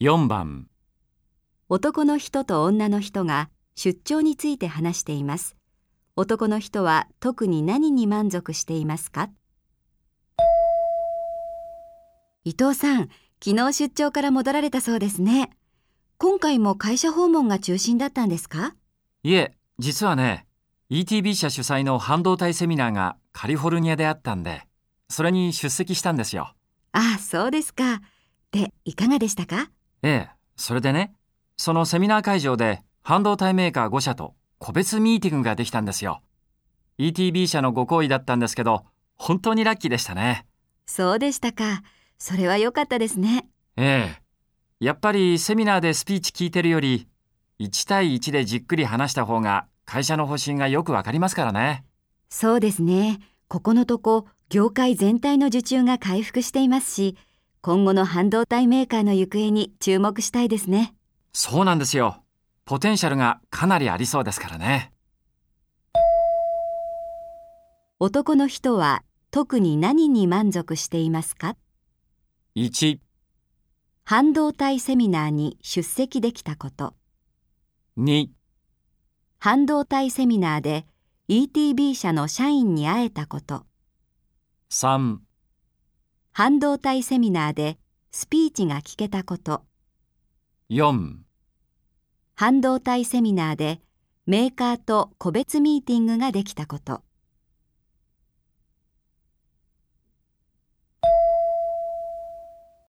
4番、男の人と女の人が出張について話しています。男の人は特に何に満足していますか伊藤さん、昨日出張から戻られたそうですね。今回も会社訪問が中心だったんですかいえ、実はね、ETB 社主催の半導体セミナーがカリフォルニアであったんで、それに出席したんですよ。ああ、そうですか。で、いかがでしたかええ、それでね、そのセミナー会場で半導体メーカー5社と個別ミーティングができたんですよ。ETB 社のご好意だったんですけど、本当にラッキーでしたね。そうでしたか。それは良かったですね。ええ。やっぱりセミナーでスピーチ聞いてるより、1対1でじっくり話した方が会社の方針がよくわかりますからね。そうですね。ここのとこ、業界全体の受注が回復していますし、今後の半導体メーカーの行方に注目したいですね。そうなんですよ。ポテンシャルがかなりありそうですからね。男の人は特に何に満足していますか1、半導体セミナーに出席できたこと。 2、半導体セミナーで ETB 社の社員に会えたこと。 3、半導体セミナーでスピーチが聞けたこと。 4、半導体セミナーでメーカーと個別ミーティングができたこと。